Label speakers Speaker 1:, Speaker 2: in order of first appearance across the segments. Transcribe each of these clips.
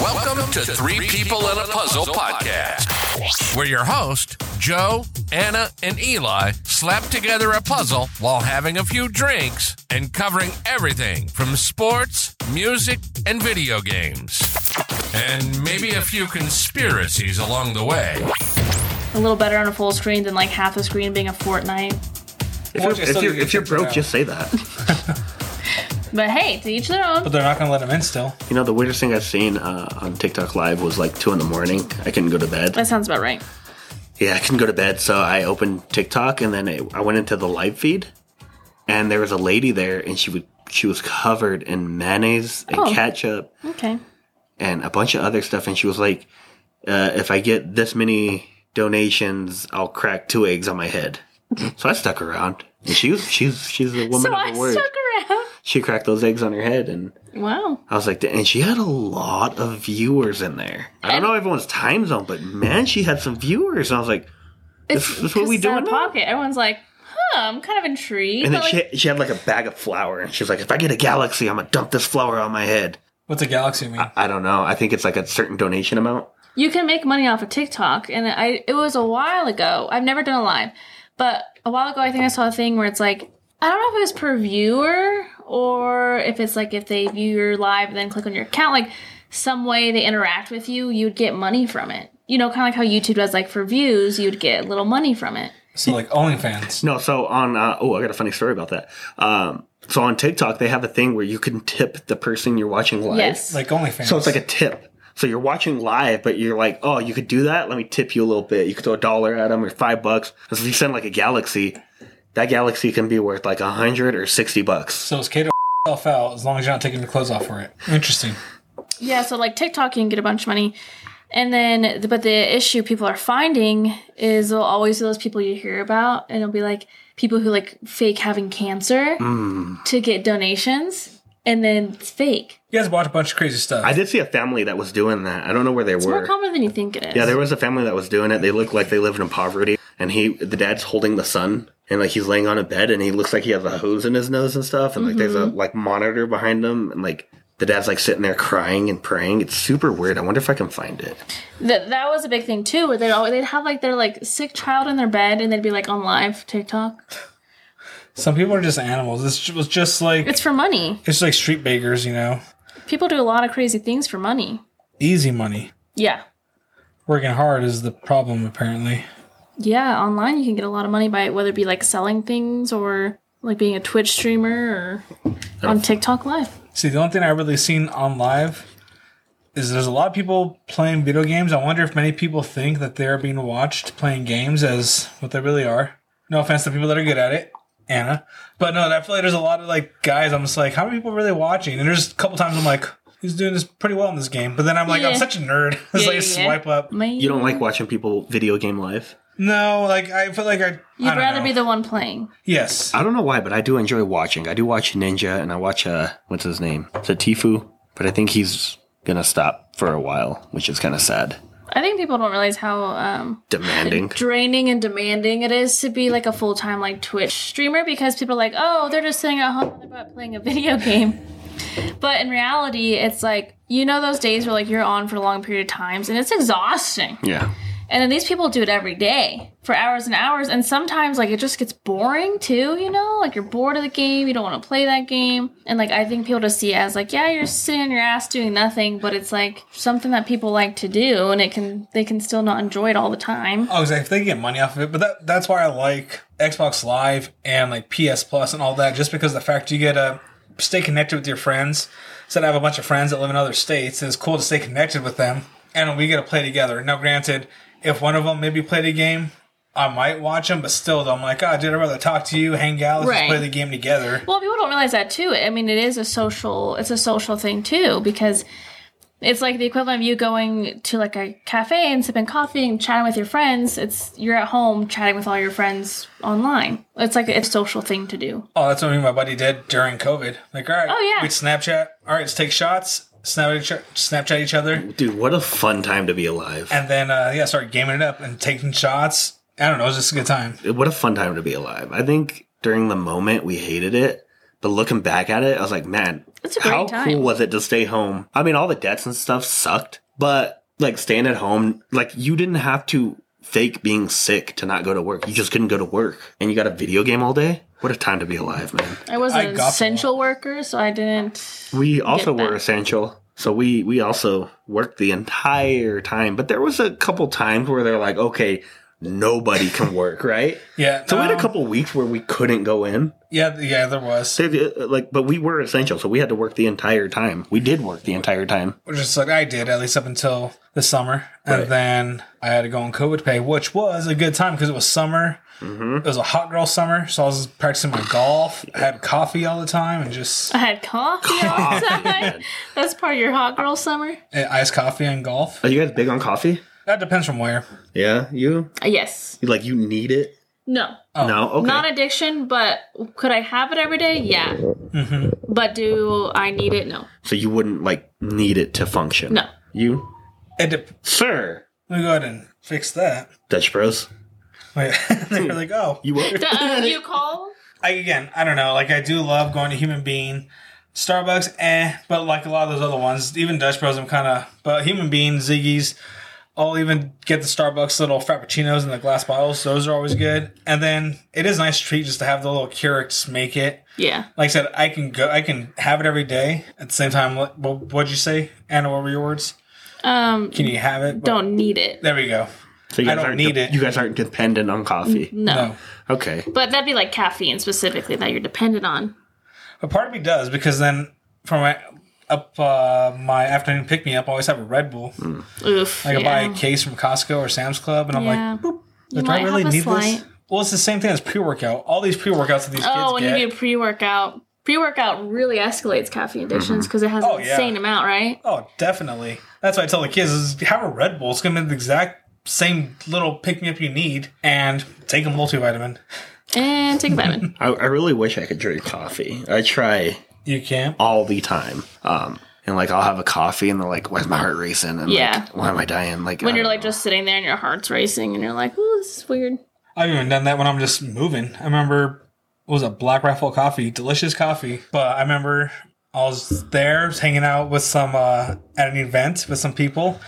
Speaker 1: Welcome to Three People in a Puzzle Podcast, where your host, Joe, Anna, and Eli slap together a puzzle while having a few drinks and covering everything from sports, music, and video games. And maybe a few conspiracies along the way.
Speaker 2: a little better on a full screen than like half a screen being a Fortnite.
Speaker 3: If you're,
Speaker 4: Or just
Speaker 3: if
Speaker 4: so
Speaker 3: you're,
Speaker 4: you can
Speaker 3: if you're
Speaker 4: figure it
Speaker 3: broke,
Speaker 4: out.
Speaker 3: just say that.
Speaker 2: But hey, to each their own.
Speaker 4: But they're not going to let him in still.
Speaker 3: You know, the weirdest thing I've seen uh, on TikTok Live was like 2 in the morning. I couldn't go to bed.
Speaker 2: That sounds about right.
Speaker 3: Yeah, I couldn't go to bed, so I opened TikTok and then it, I went into the live feed, and there was a lady there, and she would she was covered in mayonnaise and
Speaker 2: Oh.
Speaker 3: ketchup
Speaker 2: Okay.
Speaker 3: and a bunch of other stuff, and she was like, uh, "If I get this many donations, I'll crack two eggs on my head." so I stuck around. And she was she's she's a woman
Speaker 2: So
Speaker 3: of
Speaker 2: I
Speaker 3: her word.
Speaker 2: stuck around.
Speaker 3: she cracked those eggs on her head, and
Speaker 2: Wow.
Speaker 3: I was like, and she had a lot of viewers in there. I don't know everyone's time zone, but man, she had some viewers. And I was like, That's- that's what
Speaker 2: because
Speaker 3: we
Speaker 2: it's out
Speaker 3: doing
Speaker 2: of
Speaker 3: now?
Speaker 2: pocket. Everyone's like, huh, I'm kind of intrigued.
Speaker 3: and then
Speaker 2: but, like,
Speaker 3: she, she had like a bag of flour, and she was like, if I get a galaxy, I'm gonna dump this flour on my head.
Speaker 4: What's a galaxy mean?
Speaker 3: I don't know. I think it's like a certain donation amount.
Speaker 2: you can make money off of TikTok, and I it was a while ago. I've never done a live, but a while ago I think I saw a thing where it's like I don't know if it was per viewer or if it's like if they view your live and then click on your account, like some way they interact with you, you'd get money from it. You know, kind of like how YouTube does, like for views, you'd get little money from it.
Speaker 4: so like OnlyFans.
Speaker 3: No, so on. Uh, oh, I got a funny story about that. Um, so on TikTok, they have a thing where you can tip the person you're watching live.
Speaker 2: Yes.
Speaker 4: Like OnlyFans.
Speaker 3: So Oh, it's like a tip. So you're watching live, but you're like, oh, you could do that. Let me tip you a little bit. You could throw a dollar at them or five bucks. Because if you send like a galaxy, that galaxy can be worth like a hundred or sixty bucks.
Speaker 4: So it's cater yourself out as long as you're not taking your clothes off for it. Interesting.
Speaker 2: Yeah, so like TikTok, you can get a bunch of money. And then, but the issue people are finding is they'll always be those people you hear about, and it'll be like people who like fake having cancer to get donations, and then it's fake.
Speaker 4: You guys watch a bunch of crazy stuff.
Speaker 3: I did see a family that was doing that. I don't know where they
Speaker 2: It's
Speaker 3: were.
Speaker 2: more common than you think it is.
Speaker 3: yeah, there was a family that was doing it. They looked like they lived in poverty, and he, the dad's holding the son, and like he's laying on a bed, and he looks like he has a hose in his nose and stuff, and like there's a like monitor behind him, and like the dad's like sitting there crying and praying. It's super weird. I wonder if I can find it.
Speaker 2: Th- that was a big thing too, where they'd always, they'd have like their like sick child in their bed, and they'd be like on live TikTok.
Speaker 4: Some people are just animals. This was just like
Speaker 2: It's for money.
Speaker 4: it's like street beggars, you know.
Speaker 2: People do a lot of crazy things for money.
Speaker 4: Easy money.
Speaker 2: Yeah,
Speaker 4: Working hard is the problem apparently.
Speaker 2: Yeah, online you can get a lot of money by whether it be like selling things or like being a Twitch streamer or on TikTok Live.
Speaker 4: See, the only thing I've really seen on live is there's a lot of people playing video games. I wonder if many people think that they're being watched playing games as what they really are. No offense to people that are good at it, Anna. But no, I feel like there's a lot of like guys, I'm just like, how many people are really watching? And there's a couple times I'm like, he's doing this pretty well in this game. But then I'm like,
Speaker 2: Yeah.
Speaker 4: I'm such a nerd. it's
Speaker 2: Yeah,
Speaker 4: like,
Speaker 2: yeah, yeah.
Speaker 4: swipe up.
Speaker 2: Man,
Speaker 3: You don't like watching people video game live?
Speaker 4: No, like, I feel like I.
Speaker 2: You'd
Speaker 4: I don't
Speaker 2: rather
Speaker 4: know.
Speaker 2: be the one playing.
Speaker 4: Yes.
Speaker 3: I don't know why, but I do enjoy watching. I do watch Ninja, and I watch uh, what's his name? It's a Tifu, but I think he's gonna stop for a while, which is kind of sad.
Speaker 2: I think people don't realize how um,
Speaker 3: Demanding.
Speaker 2: draining and demanding it is to be like a full time like Twitch streamer because people are like, oh, they're just sitting at home on their butt playing a video game. But in reality, it's like you know those days where like you're on for a long period of times and it's exhausting.
Speaker 3: Yeah.
Speaker 2: And then these people do it every day for hours and hours. And sometimes, like, it just gets boring too, you know? Like, you're bored of the game, you don't want to play that game. And, like, I think people just see it as, like, yeah, you're sitting on your ass doing nothing, but it's, like, something that people like to do, and it can, they can still not enjoy it all the time.
Speaker 4: Oh, exactly. They can get money off of it, but that, that's why I like Xbox Live and like PS Plus and all that, just because of the fact you get to stay connected with your friends. So I have a bunch of friends that live in other states, and it's cool to stay connected with them, and we get to play together. Now, granted, if one of them maybe played a game, I might watch them, but still, I'm like, ah, dude, I'd rather talk to you, hang out, let's just
Speaker 2: Right.
Speaker 4: play the game together.
Speaker 2: Well, people don't realize that too. I mean, it is a social, it's a social thing too, because it's like the equivalent of you going to like a cafe and sipping coffee and chatting with your friends. It's you're at home chatting with all your friends online. It's like a social thing to do.
Speaker 4: Oh, that's what me and my buddy did during COVID. Like, all right,
Speaker 2: Oh, yeah.
Speaker 4: we'd Snapchat. All right, let's take shots, Snap each- Snapchat each other.
Speaker 3: Dude, what a fun time to be alive.
Speaker 4: and then uh, yeah, started gaming it up and taking shots. I don't know, it was just a good time.
Speaker 3: What a fun time to be alive. I think during the moment we hated it, but looking back at it, I was like, man,
Speaker 2: It's a great
Speaker 3: How
Speaker 2: time.
Speaker 3: cool was it to stay home? I mean, all the debts and stuff sucked, but like staying at home, like you didn't have to fake being sick to not go to work. You just couldn't go to work, and you got a video game all day. What a time to be alive, man!
Speaker 2: I was
Speaker 4: I
Speaker 2: an
Speaker 4: got
Speaker 2: essential worker, so I didn't.
Speaker 3: We also
Speaker 2: that.
Speaker 3: were essential, so we we also worked the entire time. But there was a couple times where they're like, okay, nobody can work, right?
Speaker 4: Yeah. Um,
Speaker 3: So we had
Speaker 4: no.
Speaker 3: a couple weeks where we couldn't go in.
Speaker 4: Yeah, yeah, there was.
Speaker 3: So, uh, like, but we were essential, so we had to work the entire time. We did work the entire time.
Speaker 4: Which is like I did, at least up until the summer. And
Speaker 3: Right.
Speaker 4: then I had to go on COVID pay, which was a good time because it was summer.
Speaker 3: Mm-hmm.
Speaker 4: It was a hot girl summer. So I was practicing my golf. I had coffee all the time and just
Speaker 2: I had coffee all the time. That's part of your hot girl summer.
Speaker 4: eh, iced coffee and golf.
Speaker 3: Are you guys big on coffee?
Speaker 4: That depends from where.
Speaker 3: Yeah, you
Speaker 2: Uh, Yes.
Speaker 3: You, like you need it?
Speaker 2: No.
Speaker 3: No, okay.
Speaker 2: Non addiction, but could I have it every day? Yeah. But do I need it? No.
Speaker 3: so you wouldn't like need it to function.
Speaker 2: No.
Speaker 3: You,
Speaker 4: It de-
Speaker 3: sir,
Speaker 4: Let me go ahead and fix that.
Speaker 3: Dutch Bros.
Speaker 4: Wait, they were like, oh.
Speaker 3: You what?
Speaker 2: Do, uh, do you call?
Speaker 4: I, again, I don't know. Like, I do love going to Human Bean. Starbucks, eh. But like a lot of those other ones, even Dutch Bros, I'm kind of. But Human Bean, Ziggy's, I'll even get the Starbucks little Frappuccinos in the glass bottles. Those are always good. And then it is a nice treat just to have the little Keurigs make it.
Speaker 2: Yeah.
Speaker 4: Like I said, I can go, I can have it every day. At the same time, what, what- what'd you say, Anna? What were your words?
Speaker 2: Um.
Speaker 4: Can you have it? But-
Speaker 2: Don't need it.
Speaker 4: There we go.
Speaker 3: So you
Speaker 4: I
Speaker 3: guys
Speaker 4: don't
Speaker 3: aren't
Speaker 4: need
Speaker 3: de-
Speaker 4: it.
Speaker 3: You guys aren't dependent on coffee.
Speaker 2: No.
Speaker 4: No.
Speaker 3: Okay.
Speaker 2: But that'd be like caffeine specifically that you're dependent on.
Speaker 4: But part of me does because then for my up uh, my afternoon pick me up, I always have a Red Bull.
Speaker 2: Oof.
Speaker 4: Like I
Speaker 2: yeah.
Speaker 4: buy a case from Costco or Sam's Club, and I'm
Speaker 2: Yeah.
Speaker 4: like, boop,
Speaker 2: You
Speaker 4: do
Speaker 2: might
Speaker 4: I
Speaker 2: have
Speaker 4: really
Speaker 2: a
Speaker 4: need
Speaker 2: slight-
Speaker 4: this? Well, it's the same thing as pre workout. All these pre workouts that these
Speaker 2: Oh,
Speaker 4: kids
Speaker 2: when
Speaker 4: get.
Speaker 2: you do pre workout, pre workout really escalates caffeine addictions because it has
Speaker 4: Oh,
Speaker 2: an
Speaker 4: yeah.
Speaker 2: insane amount, right?
Speaker 4: oh, definitely. That's why I tell the kids is have a Red Bull. It's gonna be the exact same little pick me up you need, and take a multivitamin.
Speaker 2: And take a vitamin.
Speaker 3: I, I really wish I could drink coffee. I try
Speaker 4: You can.
Speaker 3: all the time. Um, and like I'll have a coffee, and they're like, "Why's my heart racing?" And
Speaker 2: Yeah.
Speaker 3: like, "Why am I dying?" Like
Speaker 2: when
Speaker 3: I
Speaker 2: you're
Speaker 3: don't
Speaker 2: like
Speaker 3: know.
Speaker 2: just sitting there and your heart's racing and you're like, "Ooh, this is weird."
Speaker 4: I've even done that when I'm just moving. I remember it was a Black Raffle coffee, delicious coffee. But I remember I was there hanging out with some uh, at an event with some people.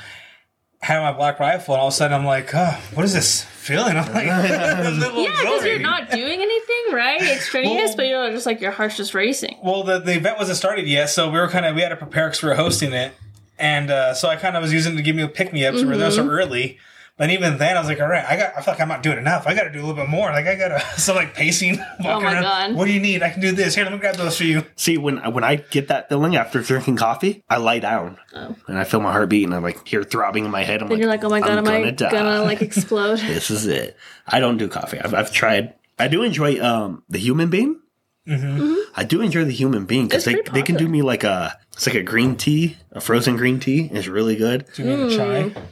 Speaker 4: Had my black rifle, and all of a sudden I'm like, oh, "What is this feeling?" I'm like, Oh,
Speaker 2: Yeah, because you're not doing anything, right? It's strenuous, but you're just like your heart's just racing.
Speaker 4: Well, the, the event wasn't started yet, so we were kind of we had to prepare because we were hosting it, and uh, so I kind of was using it to give me a pick me up. So we were there
Speaker 2: Mm-hmm.
Speaker 4: so early, but even then I was like, "All right, I got. I feel like I'm not doing enough. I got to do a little bit more. Like I got to." So like pacing, walking
Speaker 2: Oh my
Speaker 4: around.
Speaker 2: God.
Speaker 4: What do you need? I can do this. Here, let me grab those for you.
Speaker 3: See, when I- when I get that feeling after drinking coffee, I lie down and I feel my heart beat, and I'm like hear throbbing in my head. I'm
Speaker 2: And Oh. you're like, "Oh my god,
Speaker 3: I'm
Speaker 2: am I gonna like explode?"
Speaker 3: this is it. I don't do coffee. I've, I've tried. I do enjoy um the human bean. I do enjoy the human bean
Speaker 2: Mm-hmm.
Speaker 3: because
Speaker 2: It's
Speaker 3: they,
Speaker 2: pretty
Speaker 3: they can do
Speaker 2: popular.
Speaker 3: me like a it's like a green tea, a frozen green tea is really good.
Speaker 4: Do you need
Speaker 2: Hmm.
Speaker 4: a chai?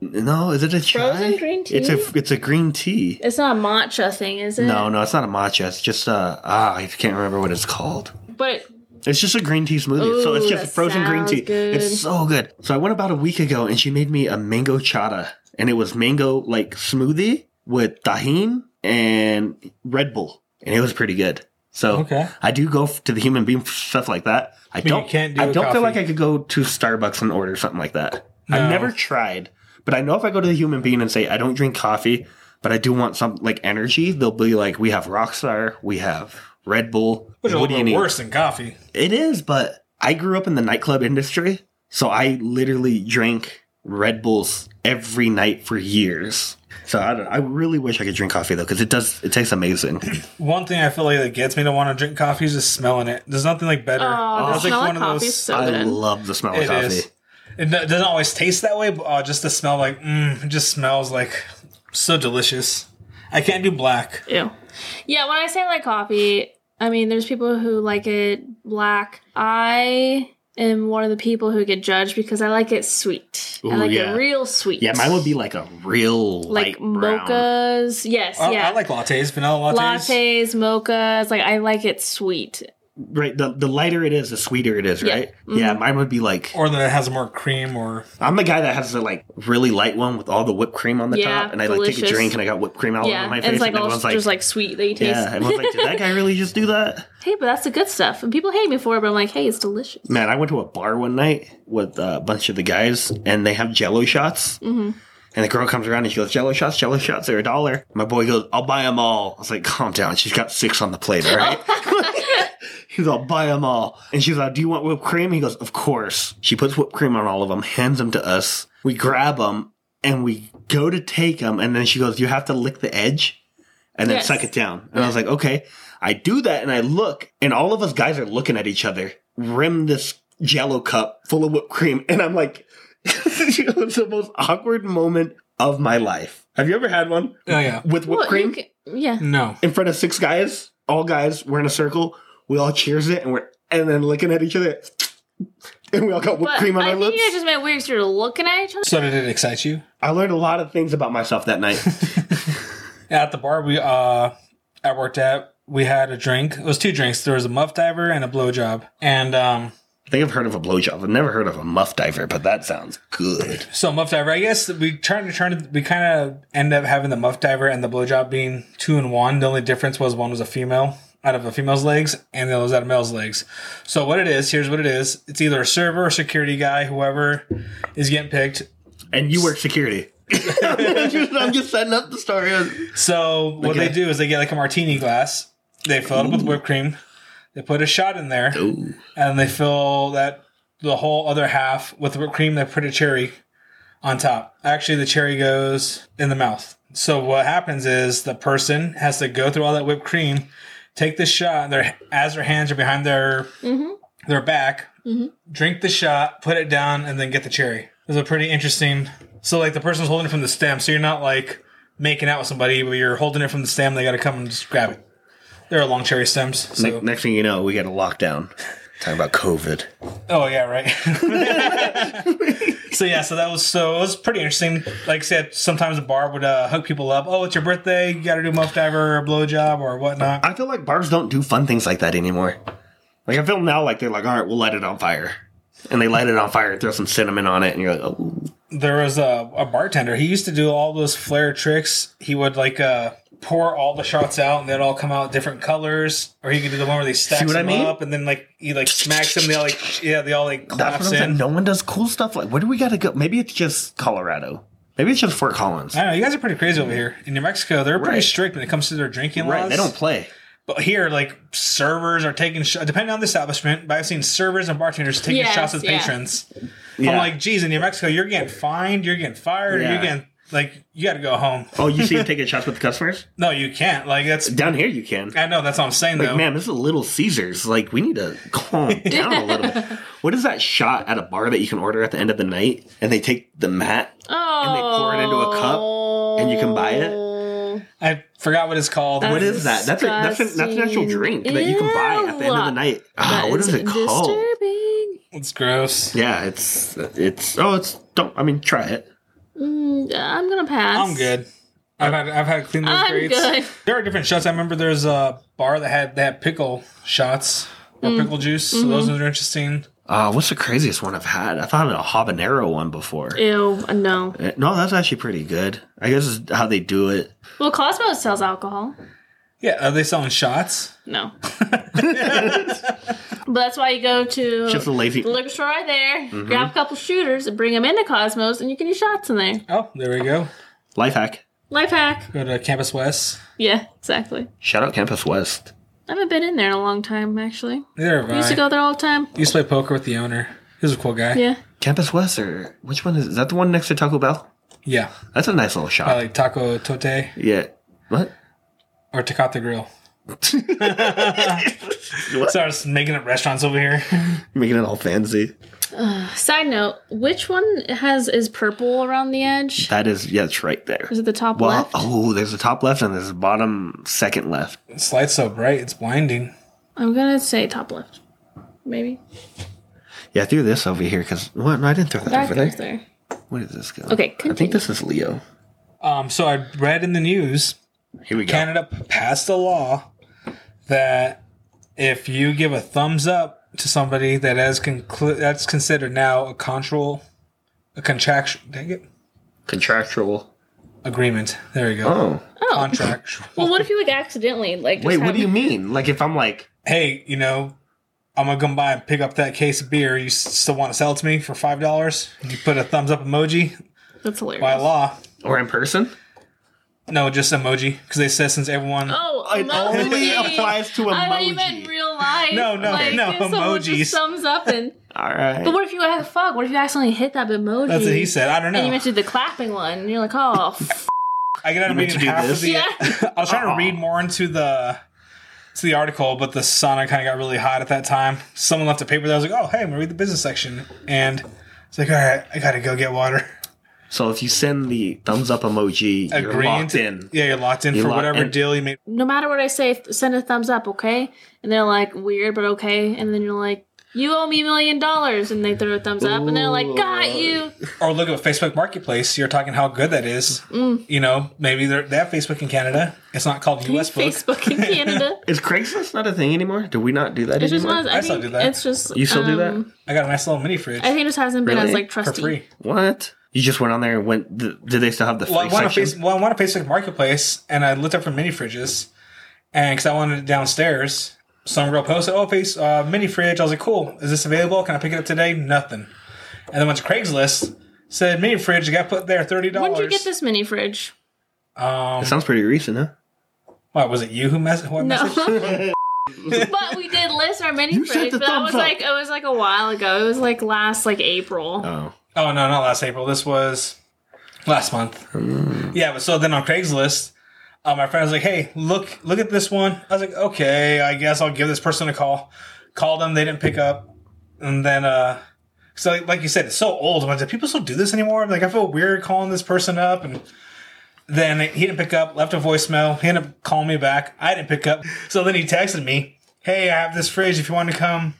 Speaker 3: No, is it a chai?
Speaker 2: Frozen green
Speaker 3: It's a
Speaker 2: tea?
Speaker 3: it's a green tea.
Speaker 2: it's not a matcha thing, is it?
Speaker 3: No, no, it's not a matcha. It's just uh ah, I can't remember what it's called.
Speaker 2: But
Speaker 3: It's just a green tea smoothie. so it's
Speaker 2: Ooh,
Speaker 3: just
Speaker 2: that
Speaker 3: frozen green
Speaker 2: sounds
Speaker 3: tea.
Speaker 2: good.
Speaker 3: It's so good. So I went about a week ago and she made me a mango chata. And it was mango like smoothie with tahine and Red Bull. And it was pretty good. So
Speaker 4: Okay.
Speaker 3: I do go f- to the human being for stuff like that. I
Speaker 4: you
Speaker 3: don't
Speaker 4: can't do
Speaker 3: I
Speaker 4: a
Speaker 3: don't
Speaker 4: coffee.
Speaker 3: feel like I could go to Starbucks and order something like that.
Speaker 4: No.
Speaker 3: I've never tried. But I know if I go to the human being and say I don't drink coffee, but I do want some like energy, they'll be like, We have Rockstar, we have Red Bull.
Speaker 4: Which is a
Speaker 3: what do
Speaker 4: little
Speaker 3: you
Speaker 4: bit
Speaker 3: need?
Speaker 4: worse than coffee.
Speaker 3: It is, but I grew up in the nightclub industry, so I literally drank Red Bulls every night for years. So I, don't, I really wish I could drink coffee though, because it does. It tastes amazing.
Speaker 4: One thing I feel like that gets me to want to drink coffee is just smelling it. There's nothing like better.
Speaker 2: oh, the
Speaker 4: It's like
Speaker 2: smell
Speaker 4: one
Speaker 2: of
Speaker 4: of
Speaker 2: coffee
Speaker 4: those-
Speaker 2: is so
Speaker 3: I
Speaker 2: good.
Speaker 3: love the smell of
Speaker 4: It
Speaker 3: coffee.
Speaker 4: is. It do- doesn't always taste that way, but uh, just the smell, like, mm, it just smells like so delicious. I can't do black.
Speaker 2: Ew. Yeah, when I say I like coffee, I mean there's people who like it black. I am one of the people who get judged because I like it sweet. I
Speaker 3: Ooh,
Speaker 2: like
Speaker 3: yeah.
Speaker 2: it real sweet.
Speaker 3: Yeah, mine would be like a real
Speaker 2: like
Speaker 3: light brown.
Speaker 2: mochas. Yes,
Speaker 4: Oh, I,
Speaker 2: yeah.
Speaker 4: I like lattes, vanilla lattes.
Speaker 2: lattes, mochas. Like I like it sweet.
Speaker 3: right the, the lighter it is the sweeter it is
Speaker 2: Yeah. Mm-hmm.
Speaker 3: right yeah mine would be like
Speaker 4: Or that it has more cream or
Speaker 3: i'm the guy that has the like really light one with all the whipped cream on the
Speaker 2: Yeah,
Speaker 3: top and i like take
Speaker 2: delicious.
Speaker 3: a drink and i got whipped cream all
Speaker 2: yeah,
Speaker 3: over my
Speaker 2: and
Speaker 3: face
Speaker 2: it's like
Speaker 3: and
Speaker 2: all
Speaker 3: everyone's like,
Speaker 2: just like sweet that you taste.
Speaker 3: yeah everyone's like did that guy really just do that
Speaker 2: hey, but that's the good stuff, and people hate me for it. But I'm like, hey, it's delicious.
Speaker 3: man i went to a bar one night with uh, a bunch of the guys and they have jello shots mm-hmm. and the girl comes around and she goes jello shots jello shots they're a dollar my boy goes i'll buy them all i was like calm down she's got six on the plate all right He's all, buy them all. And she's like, do you want whipped cream? He goes, of course. She puts whipped cream on all of them, hands them to us. We grab them and we go to take them. And then she goes, you have to lick the edge and then
Speaker 2: Yes.
Speaker 3: suck it down. And I was like, okay. I do that and I look and all of us guys are looking at each other, rim this jello cup full of whipped cream. And I'm like, it was the most awkward moment of my life. Have you ever had one
Speaker 4: oh yeah.
Speaker 3: with whipped
Speaker 2: Well, you
Speaker 3: cream?
Speaker 2: can- yeah,
Speaker 4: No.
Speaker 3: in front of six guys, all guys, we're in a circle, we all cheers it and we're and then looking at each other and we all got whipped
Speaker 2: but
Speaker 3: cream on
Speaker 2: I
Speaker 3: our
Speaker 2: think
Speaker 3: lips.
Speaker 2: you guys just meant weird 'cause you're looking at each other.
Speaker 4: So did it excite you?
Speaker 3: I learned a lot of things about myself that night.
Speaker 4: At the bar we uh I worked at, we had a drink. It was two drinks. There was a muff diver and a blowjob. And um
Speaker 3: I think I've heard of a blowjob. I've never heard of a muff diver, but that sounds good.
Speaker 4: so muff diver, I guess we turned to turn to- we kinda end up having the muff diver and the blowjob being two and one. The only difference was one was a female out of a female's legs and the other was out of male's legs. So what it is, here's what it is. It's either a server or security guy, whoever is getting picked.
Speaker 3: And you work security. I'm, just, I'm just setting up the story.
Speaker 4: So what
Speaker 3: Okay.
Speaker 4: they do is they get like a martini glass, they fill it up with whipped cream, they put a shot in there,
Speaker 3: Ooh.
Speaker 4: and they fill that the whole other half with whipped cream. They put a cherry on top. Actually, the cherry goes in the mouth. So what happens is the person has to go through all that whipped cream, take the shot. Their as their hands are behind their their back, drink the shot, put it down, and then get the cherry. It's a pretty interesting. So like the person's holding it from the stem, so you're not like making out with somebody, but you're holding it from the stem. They got to come and just grab it. There are long cherry stems. So
Speaker 3: Ne- next thing you know, we get a lockdown. Talking about COVID.
Speaker 4: Oh yeah, right. so yeah, so that was so it was pretty interesting. Like I said, sometimes a bar would uh, hook people up. Oh, it's your birthday. You got to do muff diver or blowjob or whatnot.
Speaker 3: I feel like bars don't do fun things like that anymore. Like I feel now like they're like, all right, we'll light it on fire. And they light it on fire and throw some cinnamon on it and you're like, oh
Speaker 4: There was a, a bartender. He used to do all those flair tricks. He would like uh, pour all the shots out, and they'd all come out different colors. Or he could do the one where they stack
Speaker 3: what I
Speaker 4: them
Speaker 3: mean?
Speaker 4: up, and then like he like smacks them. They all like yeah, they all like
Speaker 3: That's
Speaker 4: collapse
Speaker 3: what I'm saying.
Speaker 4: in.
Speaker 3: No one does cool stuff like. Where do we gotta go? Maybe it's just Colorado. Maybe it's just Fort Collins.
Speaker 4: I don't know. You guys are pretty crazy over here in New Mexico. They're pretty
Speaker 3: Right.
Speaker 4: strict when it comes to their drinking
Speaker 3: Right?
Speaker 4: laws.
Speaker 3: They don't play.
Speaker 4: But here, like servers are taking sh- depending on the establishment. But I've seen servers and bartenders taking
Speaker 2: Yes,
Speaker 4: shots with
Speaker 2: yeah.
Speaker 4: patrons. I'm
Speaker 3: Yeah.
Speaker 4: like, geez, in New Mexico, you're getting fined, you're getting fired,
Speaker 3: Yeah.
Speaker 4: you're getting like, you got to go home.
Speaker 3: oh, you see him taking shots with the customers
Speaker 4: No, you can't. Like that's,
Speaker 3: down here. You can.
Speaker 4: I know that's what I'm saying
Speaker 3: Like,
Speaker 4: though.
Speaker 3: man, this is a Little Caesars. Like, we need to calm down a little bit. What is that shot at a bar that you can order at the end of the night, and they take the mat
Speaker 2: Oh,
Speaker 3: and they pour it into a cup, and you can buy it?
Speaker 4: I forgot what it's called.
Speaker 3: What is that? That's a that's, a, that's an actual drink that you can buy at the end of the night. Oh, what is it called?
Speaker 2: Disturbing.
Speaker 4: It's gross.
Speaker 3: Yeah, it's it's oh, it's don't. I mean, try it.
Speaker 2: Mm, I'm gonna pass.
Speaker 4: I'm good. I've had I've had clean those
Speaker 2: I'm
Speaker 4: grades.
Speaker 2: good.
Speaker 4: There are different shots. I remember there's a bar that had that pickle shots or
Speaker 2: Mm.
Speaker 4: pickle juice. So
Speaker 2: Mm-hmm.
Speaker 4: those are interesting.
Speaker 3: Uh, what's the craziest one I've had? I found a habanero one before.
Speaker 2: Ew, no.
Speaker 3: Uh, No, that's actually pretty good. I guess is how they do it.
Speaker 2: Well, Cosmos sells alcohol.
Speaker 4: Yeah, are they selling shots?
Speaker 2: No. but that's why you go to
Speaker 3: Just a Mm-hmm. lazy.
Speaker 2: the liquor store right there, grab a couple shooters, and bring them into Cosmos, and you can do shots in there.
Speaker 4: Oh, there we go.
Speaker 3: Life hack.
Speaker 2: Life hack.
Speaker 4: Go to Campus West.
Speaker 2: Yeah, exactly.
Speaker 3: Shout out Campus West.
Speaker 2: I haven't been in there in a long time, actually.
Speaker 4: Neither have
Speaker 2: I used
Speaker 4: I.
Speaker 2: to go there all the time.
Speaker 4: used to play poker with the owner. He was a cool guy.
Speaker 2: Yeah.
Speaker 3: Campus West, or which one is, is that the one next to Taco Bell?
Speaker 4: Yeah.
Speaker 3: That's a nice little
Speaker 4: I
Speaker 3: shop.
Speaker 4: like taco tote
Speaker 3: yeah. What?
Speaker 4: or Takata Grill. So I was making up restaurants over here.
Speaker 3: Making it all fancy.
Speaker 2: Side note, which one has is purple around the edge?
Speaker 3: That is, yeah, it's right there.
Speaker 2: Is it the top
Speaker 3: Well,
Speaker 2: left?
Speaker 3: oh, there's a top left and there's a bottom second left.
Speaker 4: This light's so bright, it's blinding.
Speaker 2: I'm gonna say top left. Maybe.
Speaker 3: Yeah, I threw this over here because what? No, I didn't throw that
Speaker 2: Back
Speaker 3: over there.
Speaker 2: goes there.
Speaker 3: What is this? Go?
Speaker 2: Okay,
Speaker 3: I think
Speaker 2: continue.
Speaker 3: this is Leo.
Speaker 4: Um, so I read in the news
Speaker 3: Here we go.
Speaker 4: Canada passed a law that if you give a thumbs up to somebody that has conclu- that's considered now a contractual, a contractual, dang it,
Speaker 3: Contractual.
Speaker 4: agreement. There you go.
Speaker 3: Oh.
Speaker 4: Contractual.
Speaker 2: Well, what if you like accidentally like? Just
Speaker 3: Wait, what
Speaker 2: have-
Speaker 3: do you mean? Like if I'm like,
Speaker 4: hey, you know, I'm gonna come by and pick up that case of beer. You s- still want to sell it to me for five dollars? You put a thumbs up emoji
Speaker 2: That's hilarious.
Speaker 4: by law.
Speaker 3: or in person?
Speaker 4: No, just emoji because they said since everyone.
Speaker 2: Oh,
Speaker 3: It
Speaker 2: emoji.
Speaker 3: only applies to
Speaker 2: I thought you
Speaker 3: emoji.
Speaker 2: meant real life.
Speaker 4: No, no,
Speaker 2: like,
Speaker 4: no,
Speaker 2: if someone
Speaker 4: emojis.
Speaker 2: Just thumbs up and.
Speaker 3: All right.
Speaker 2: But what if you act fuck? What if you accidentally hit that emoji?
Speaker 4: That's what he said. I don't
Speaker 2: And you
Speaker 4: know.
Speaker 2: mentioned the clapping one, and you're like, oh, f-
Speaker 4: I get out of
Speaker 3: meant
Speaker 4: reading
Speaker 3: to do
Speaker 4: half
Speaker 3: this?
Speaker 4: of the.
Speaker 2: yeah.
Speaker 4: I was trying to read more into the to the article, but the sun I kind of got really hot at that time. Someone left a paper that I was like, "Oh, hey, I'm gonna read the business section," and it's like, "All right, I gotta go get water."
Speaker 3: so if you send the thumbs up emoji, you're locked
Speaker 4: to-
Speaker 3: in.
Speaker 4: yeah, you're locked in
Speaker 3: You're
Speaker 4: for
Speaker 3: locked
Speaker 4: whatever
Speaker 3: in.
Speaker 4: deal you made.
Speaker 2: No matter what I say, th- send a thumbs up, okay? And they're like, weird, but okay. And then you're like, you owe me a million dollars, and they throw a thumbs up, and they're like, got you.
Speaker 4: Or look at Facebook Marketplace. You're talking how good that is.
Speaker 2: Mm.
Speaker 4: You know, maybe they're, they have Facebook in Canada. It's not called US Book.
Speaker 2: Facebook in Canada.
Speaker 3: Is Craigslist not a thing anymore? Do we not do that
Speaker 2: It's just
Speaker 3: anymore?
Speaker 2: one. Of, I,
Speaker 4: I still
Speaker 2: think
Speaker 4: do that.
Speaker 2: it's just.
Speaker 3: you still do that?
Speaker 2: um,
Speaker 4: I got a nice little mini fridge
Speaker 2: I think it just hasn't been
Speaker 3: Really?
Speaker 2: as like
Speaker 4: for
Speaker 2: trusty.
Speaker 4: free.
Speaker 3: What? You just went on there and went. Th- did they still have the free
Speaker 4: Well, I went, on
Speaker 3: section?
Speaker 4: face, well, I went on Facebook Marketplace and I looked up for mini fridges, and because I wanted it downstairs, some girl posted, "Oh, face uh, mini fridge." I was like, "Cool, is this available? Can I pick it up today?" Nothing. And then went to Craigslist, said mini fridge got put there thirty
Speaker 2: When
Speaker 4: dollars.
Speaker 2: did you get this mini fridge?
Speaker 4: Um,
Speaker 3: It sounds pretty recent, huh?
Speaker 4: what was it? You who messaged? What
Speaker 2: No.
Speaker 4: message?
Speaker 2: but we did list our mini
Speaker 3: You said
Speaker 2: fridge,
Speaker 3: the
Speaker 2: but that
Speaker 3: thumbs
Speaker 2: was
Speaker 3: up.
Speaker 2: like it was like a while ago. It was like last like April.
Speaker 3: Oh,
Speaker 4: Oh no, not last April. This was last month. Yeah, but so then on Craigslist, uh, my friend was like, "Hey, look, look at this one." I was like, "Okay, I guess I'll give this person a call." Called them, they didn't pick up, and then uh, so like, like you said, it's so old. I'm like, do people still do this anymore? I'm like, I feel weird calling this person up, and then he didn't pick up, left a voicemail. He ended up calling me back. I didn't pick up, so then he texted me, "Hey, I have this fridge. If you want to come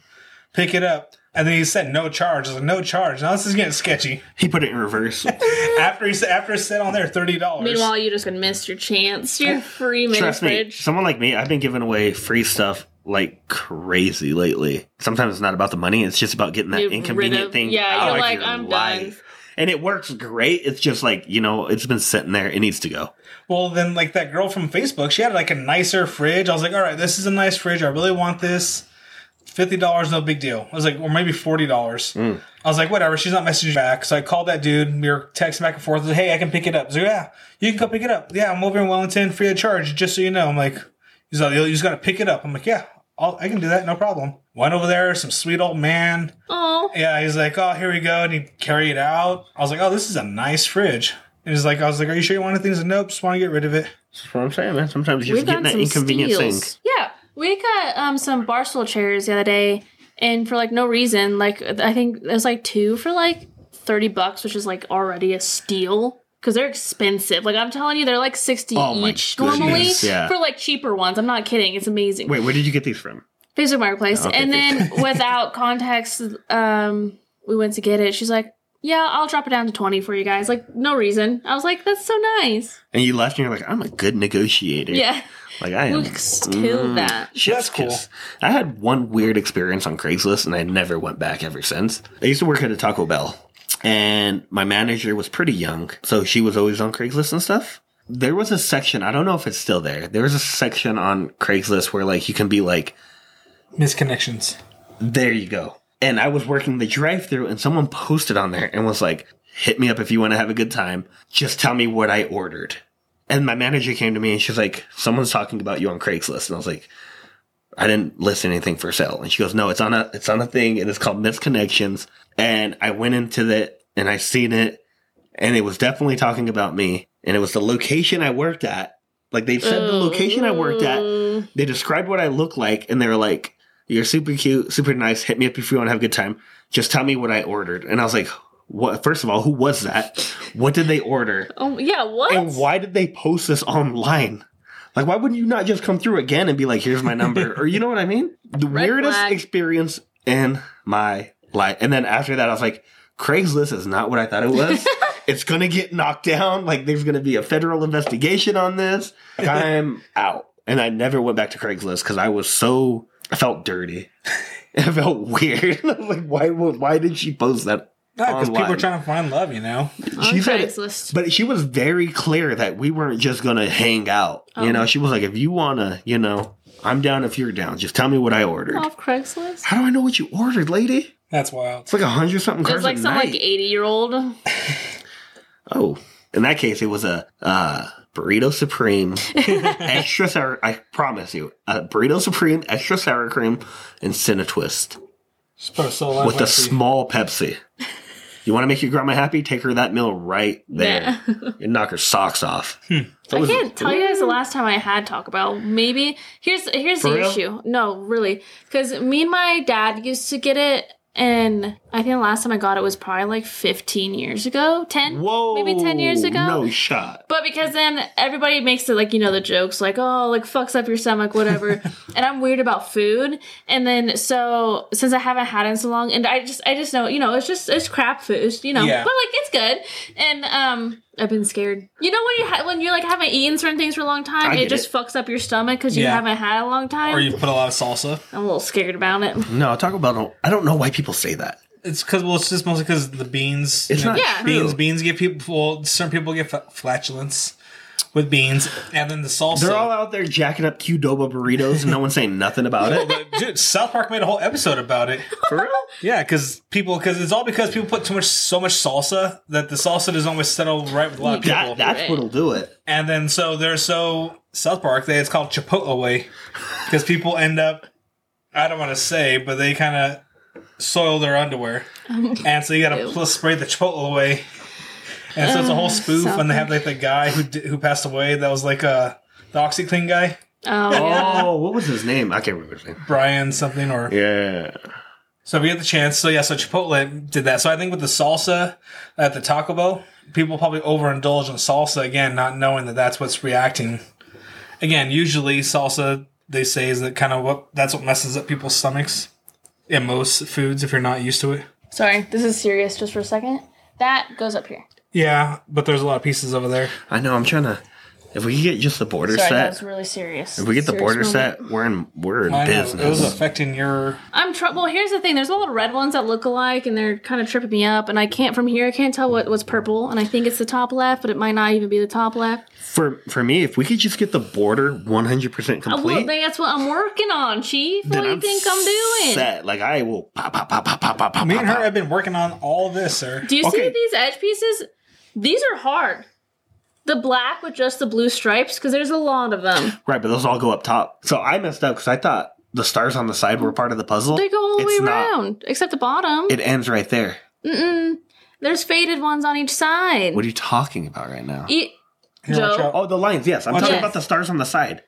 Speaker 4: pick it up." And then he said no charge. I was like, no charge. Now this is getting sketchy.
Speaker 3: he put it in reverse.
Speaker 4: After he said, after it said on there thirty dollars.
Speaker 2: Meanwhile, you just gonna miss your chance. Your free mini
Speaker 3: Trust me,
Speaker 2: fridge.
Speaker 3: someone like me, I've been giving away free stuff like crazy lately. Sometimes it's not about the money; it's just about getting that
Speaker 2: Get rid
Speaker 3: inconvenient
Speaker 2: of-
Speaker 3: thing
Speaker 2: yeah,
Speaker 3: out
Speaker 2: you're
Speaker 3: of
Speaker 2: like,
Speaker 3: your
Speaker 2: "I'm done."
Speaker 3: life. And it works great. It's just like you know, it's been sitting there. It needs to go.
Speaker 4: Well, then like that girl from Facebook, she had like a nicer fridge. I was like, all right, this is a nice fridge. I really want this. Fifty dollars, no big deal. I was like, or maybe forty dollars. I was like, whatever. She's not messaging back, so I called that dude. We were texting back and forth. I was like, hey, I can pick it up. He's like, yeah, you can go pick it up. Yeah, I'm over in Wellington, free of charge. Just so you know, I'm like, he's like, you just got to pick it up. I'm like, yeah, I'll, I can do that, no problem. Went over there, some sweet old man.
Speaker 2: Oh,
Speaker 4: Yeah, he's like, oh, here we go, and he carried it out. I was like, oh, this is a nice fridge. And he's like, I was like, are you sure you wanted things? Nope, just want to get rid of it.
Speaker 3: That's what I'm saying, man. Sometimes you're
Speaker 2: we've
Speaker 3: just getting
Speaker 2: got
Speaker 3: that
Speaker 2: some
Speaker 3: inconvenient
Speaker 2: steals.
Speaker 3: thing.
Speaker 2: Yeah, we got um some barstool chairs the other day, and for like no reason, like I think it was like two for like thirty bucks, which is like already a steal. Because they're expensive. Like I'm telling you, they're like sixty
Speaker 3: Oh my
Speaker 2: each
Speaker 3: goodness.
Speaker 2: normally
Speaker 3: Yeah.
Speaker 2: for like cheaper ones. I'm not kidding. It's amazing.
Speaker 3: Wait, where did you get these from?
Speaker 2: Facebook Marketplace.
Speaker 3: Okay,
Speaker 2: and then without context, um, we went to get it. She's like, "Yeah, I'll drop it down to twenty for you guys." Like, no reason. I was like, "That's so nice."
Speaker 3: And you left, and you're like, I'm a good negotiator.
Speaker 2: Yeah,
Speaker 3: Like I am.
Speaker 2: we
Speaker 3: Mm-hmm.
Speaker 2: still that.
Speaker 3: Chef's
Speaker 4: That's cool.
Speaker 3: kiss. I had one weird experience on Craigslist and I never went back ever since. I used to work at a Taco Bell and my manager was pretty young, so she was always on Craigslist and stuff. There was a section, I don't know if it's still there. There was a section on Craigslist where like you can be like,
Speaker 4: Misconnections.
Speaker 3: there you go. And I was working the drive through and someone posted on there and was like, hit me up if you want to have a good time. Just tell me what I ordered. And my manager came to me and she's like, someone's talking about you on Craigslist. And I was like, I didn't list anything for sale. And she goes, no, it's on a, it's on a thing and it's called misconnections. And I went into it and I seen it and it was definitely talking about me. And it was the location I worked at. Like they said the location I worked at
Speaker 2: Mm,
Speaker 3: they described what I look like, and they were like, "You're super cute, super nice. Hit me up if you want to have a good time. Just tell me what I ordered." And I was like, "What? First of all, who was that? What did they order?
Speaker 2: Oh yeah, what?
Speaker 3: And why did they post this online?" Like, why wouldn't you not just come through again and be like, here's my number? or you know what I mean? The
Speaker 2: Red
Speaker 3: weirdest
Speaker 2: flag.
Speaker 3: experience in my life. And then after that, I was like, Craigslist is not what I thought it was. it's going to get knocked down. Like, there's going to be a federal investigation on this. I'm out. And I never went back to Craigslist because I was so I felt dirty. I felt weird. I was like, why? would- Why did she post that?
Speaker 4: because people are
Speaker 3: online?
Speaker 4: trying to find love, you know.
Speaker 3: she
Speaker 2: On
Speaker 3: said,
Speaker 2: Craigslist.
Speaker 3: but she was very clear that we weren't just gonna hang out. You
Speaker 2: Oh.
Speaker 3: know, she was like, if you wanna, you know, I'm down if you're down. Just tell me what I ordered.
Speaker 2: Off Craigslist?
Speaker 3: How do I know what you ordered, lady?
Speaker 4: That's wild.
Speaker 3: It's like a hundred something
Speaker 2: It
Speaker 3: cards
Speaker 2: was like
Speaker 3: a
Speaker 2: some like
Speaker 3: night.
Speaker 2: 80 year old.
Speaker 3: Oh, in that case, it was a uh, burrito supreme, extra sour. I promise you, a burrito supreme, extra sour cream, and cinnamon twist
Speaker 4: Just put a solo on
Speaker 3: with a
Speaker 4: Pepsi.
Speaker 3: small Pepsi. You want to make your grandma happy? Take her that meal right there and knock her socks off. Hmm. That
Speaker 2: I
Speaker 3: was-
Speaker 2: can't tell you guys the last time I had Taco Bell. Maybe here's here's
Speaker 3: For
Speaker 2: the
Speaker 3: real?
Speaker 2: issue. No, really, because me and my dad used to get it, and I think the last time I got it was probably like 15 years ago, 10,
Speaker 3: Whoa,
Speaker 2: maybe 10 years
Speaker 4: Oh,
Speaker 2: ago.
Speaker 3: No shot.
Speaker 2: But because then everybody makes it like you know the jokes like oh like fucks up your stomach whatever, and I'm weird about food, and then so since I haven't had it in so long, and I just I just know you know it's just it's crap food it's, you know,
Speaker 4: Yeah.
Speaker 2: but like it's good, and um I've been scared. You know when you ha- when you like haven't eaten certain things for a long time,
Speaker 3: I
Speaker 2: it
Speaker 3: get
Speaker 2: just
Speaker 3: it.
Speaker 2: fucks up your stomach because you
Speaker 4: Yeah.
Speaker 2: haven't had it a long time.
Speaker 4: or you put a lot of salsa.
Speaker 2: I'm a little scared about it.
Speaker 3: No, Taco Bell. Don't, I don't know why people say that.
Speaker 4: It's because well, it's just mostly because the beans.
Speaker 3: It's
Speaker 4: you know,
Speaker 3: not
Speaker 2: Yeah.
Speaker 3: true.
Speaker 4: beans. Beans get people. Well, certain people get fa- flatulence with beans, and then the salsa.
Speaker 3: They're all out there jacking up Qdoba burritos, and no one's saying nothing about it.
Speaker 4: Dude, South Park made a whole episode about it.
Speaker 3: For real?
Speaker 4: Yeah, because people, because it's all because people put too much, so much salsa that the salsa doesn't always settle right with a lot of people.
Speaker 3: That, that's what'll do it.
Speaker 4: and then so they're so South Park that it's called Chipotle way, because people end up, I don't want to say, but they kind of soil their underwear, and so you got to spray the Chipotle way. And so it's a whole spoof,
Speaker 2: South
Speaker 4: and they have like the guy who di- who passed away that was like uh, the OxyClean guy,
Speaker 2: Oh, yeah.
Speaker 3: Oh, what was his name? I can't remember his name.
Speaker 4: Brian something or
Speaker 3: Yeah.
Speaker 4: So we had the chance. So yeah, so Chipotle did that. So I think with the salsa at the Taco Bell, people probably overindulge in salsa again, not knowing that that's what's reacting. Again, usually salsa they say is that kind of what that's what messes up people's stomachs in most foods if you're not used to it.
Speaker 2: sorry, this is serious just for a second. That goes up here.
Speaker 4: Yeah, but there's a lot of pieces over there.
Speaker 3: I know. I'm trying to. If we could get just the border
Speaker 2: Sorry, that was
Speaker 3: set,
Speaker 2: really serious.
Speaker 3: if we get the
Speaker 2: Serious
Speaker 3: border
Speaker 2: moment.
Speaker 3: set, we're in we're in
Speaker 4: I know, it was
Speaker 3: business.
Speaker 4: affecting your.
Speaker 2: I'm tr- well. Here's the thing: there's a lot of red ones that look alike, and they're kind of tripping me up. And I can't from here. I can't tell what what's purple, and I think it's the top left, but it might not even be the top left.
Speaker 3: for for me, if we could just get the border 100 percent
Speaker 2: Uh, Well,
Speaker 3: complete,
Speaker 2: that's what I'm working on, Chief. What
Speaker 3: then
Speaker 2: do you
Speaker 3: I'm
Speaker 2: think I'm doing?
Speaker 3: Set. Like I will pop pop pop pop pop pop pop.
Speaker 4: Me and her
Speaker 3: pop.
Speaker 4: have been working on all this, sir.
Speaker 2: Do you see
Speaker 3: Okay.
Speaker 2: these edge pieces? These are hard. The black with just the blue stripes, because there's a lot of them.
Speaker 3: right, but those all go up top. So I messed up because I thought the stars on the side were part of the puzzle.
Speaker 2: They go all the
Speaker 3: It's
Speaker 2: way
Speaker 3: not.
Speaker 2: around, except the bottom.
Speaker 3: It ends right there.
Speaker 2: Mm-mm. There's faded ones on each side.
Speaker 3: What are you talking about right now?
Speaker 2: E-
Speaker 4: Here, watch
Speaker 2: Joe.
Speaker 4: out.
Speaker 3: Oh, the lines. Yes, I'm talking
Speaker 2: Yes.
Speaker 3: about the stars on the side.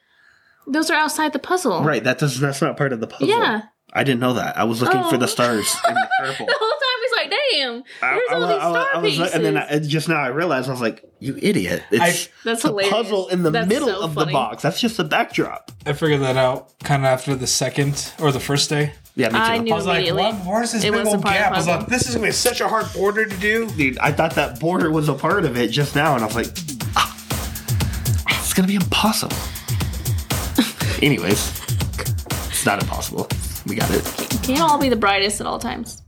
Speaker 2: those are outside the puzzle.
Speaker 3: Right. That does. That's not part of the puzzle.
Speaker 2: Yeah.
Speaker 3: I didn't know that. I was looking for
Speaker 2: Oh.
Speaker 3: the stars in the purple.
Speaker 2: The whole time he's like, damn,
Speaker 3: I,
Speaker 2: there's
Speaker 3: I
Speaker 2: all
Speaker 3: was-
Speaker 2: these
Speaker 3: I was-
Speaker 2: star
Speaker 3: I was
Speaker 2: pieces.
Speaker 3: like- and then I, and just now I realized I was like, "You idiot!" It's
Speaker 2: That's
Speaker 3: the
Speaker 2: hilarious.
Speaker 3: puzzle in the
Speaker 2: That's
Speaker 3: middle
Speaker 2: so
Speaker 3: of the
Speaker 2: funny.
Speaker 3: box. That's just the backdrop.
Speaker 4: I figured that out kind of after the second or the first day.
Speaker 3: Yeah, me too.
Speaker 2: I
Speaker 3: I
Speaker 2: knew-
Speaker 4: I was like,
Speaker 2: Immediately.
Speaker 4: what? Where's this
Speaker 2: It
Speaker 4: big
Speaker 2: was
Speaker 4: old
Speaker 2: a part of
Speaker 4: gap? I was
Speaker 2: puzzle.
Speaker 4: like, this is gonna be such a hard order to do.
Speaker 3: Dude, I thought that border was a part of it just now, and I was like, ah, "It's gonna be impossible." Anyways, it's not impossible. We got it.
Speaker 2: Can't all be the brightest at all times.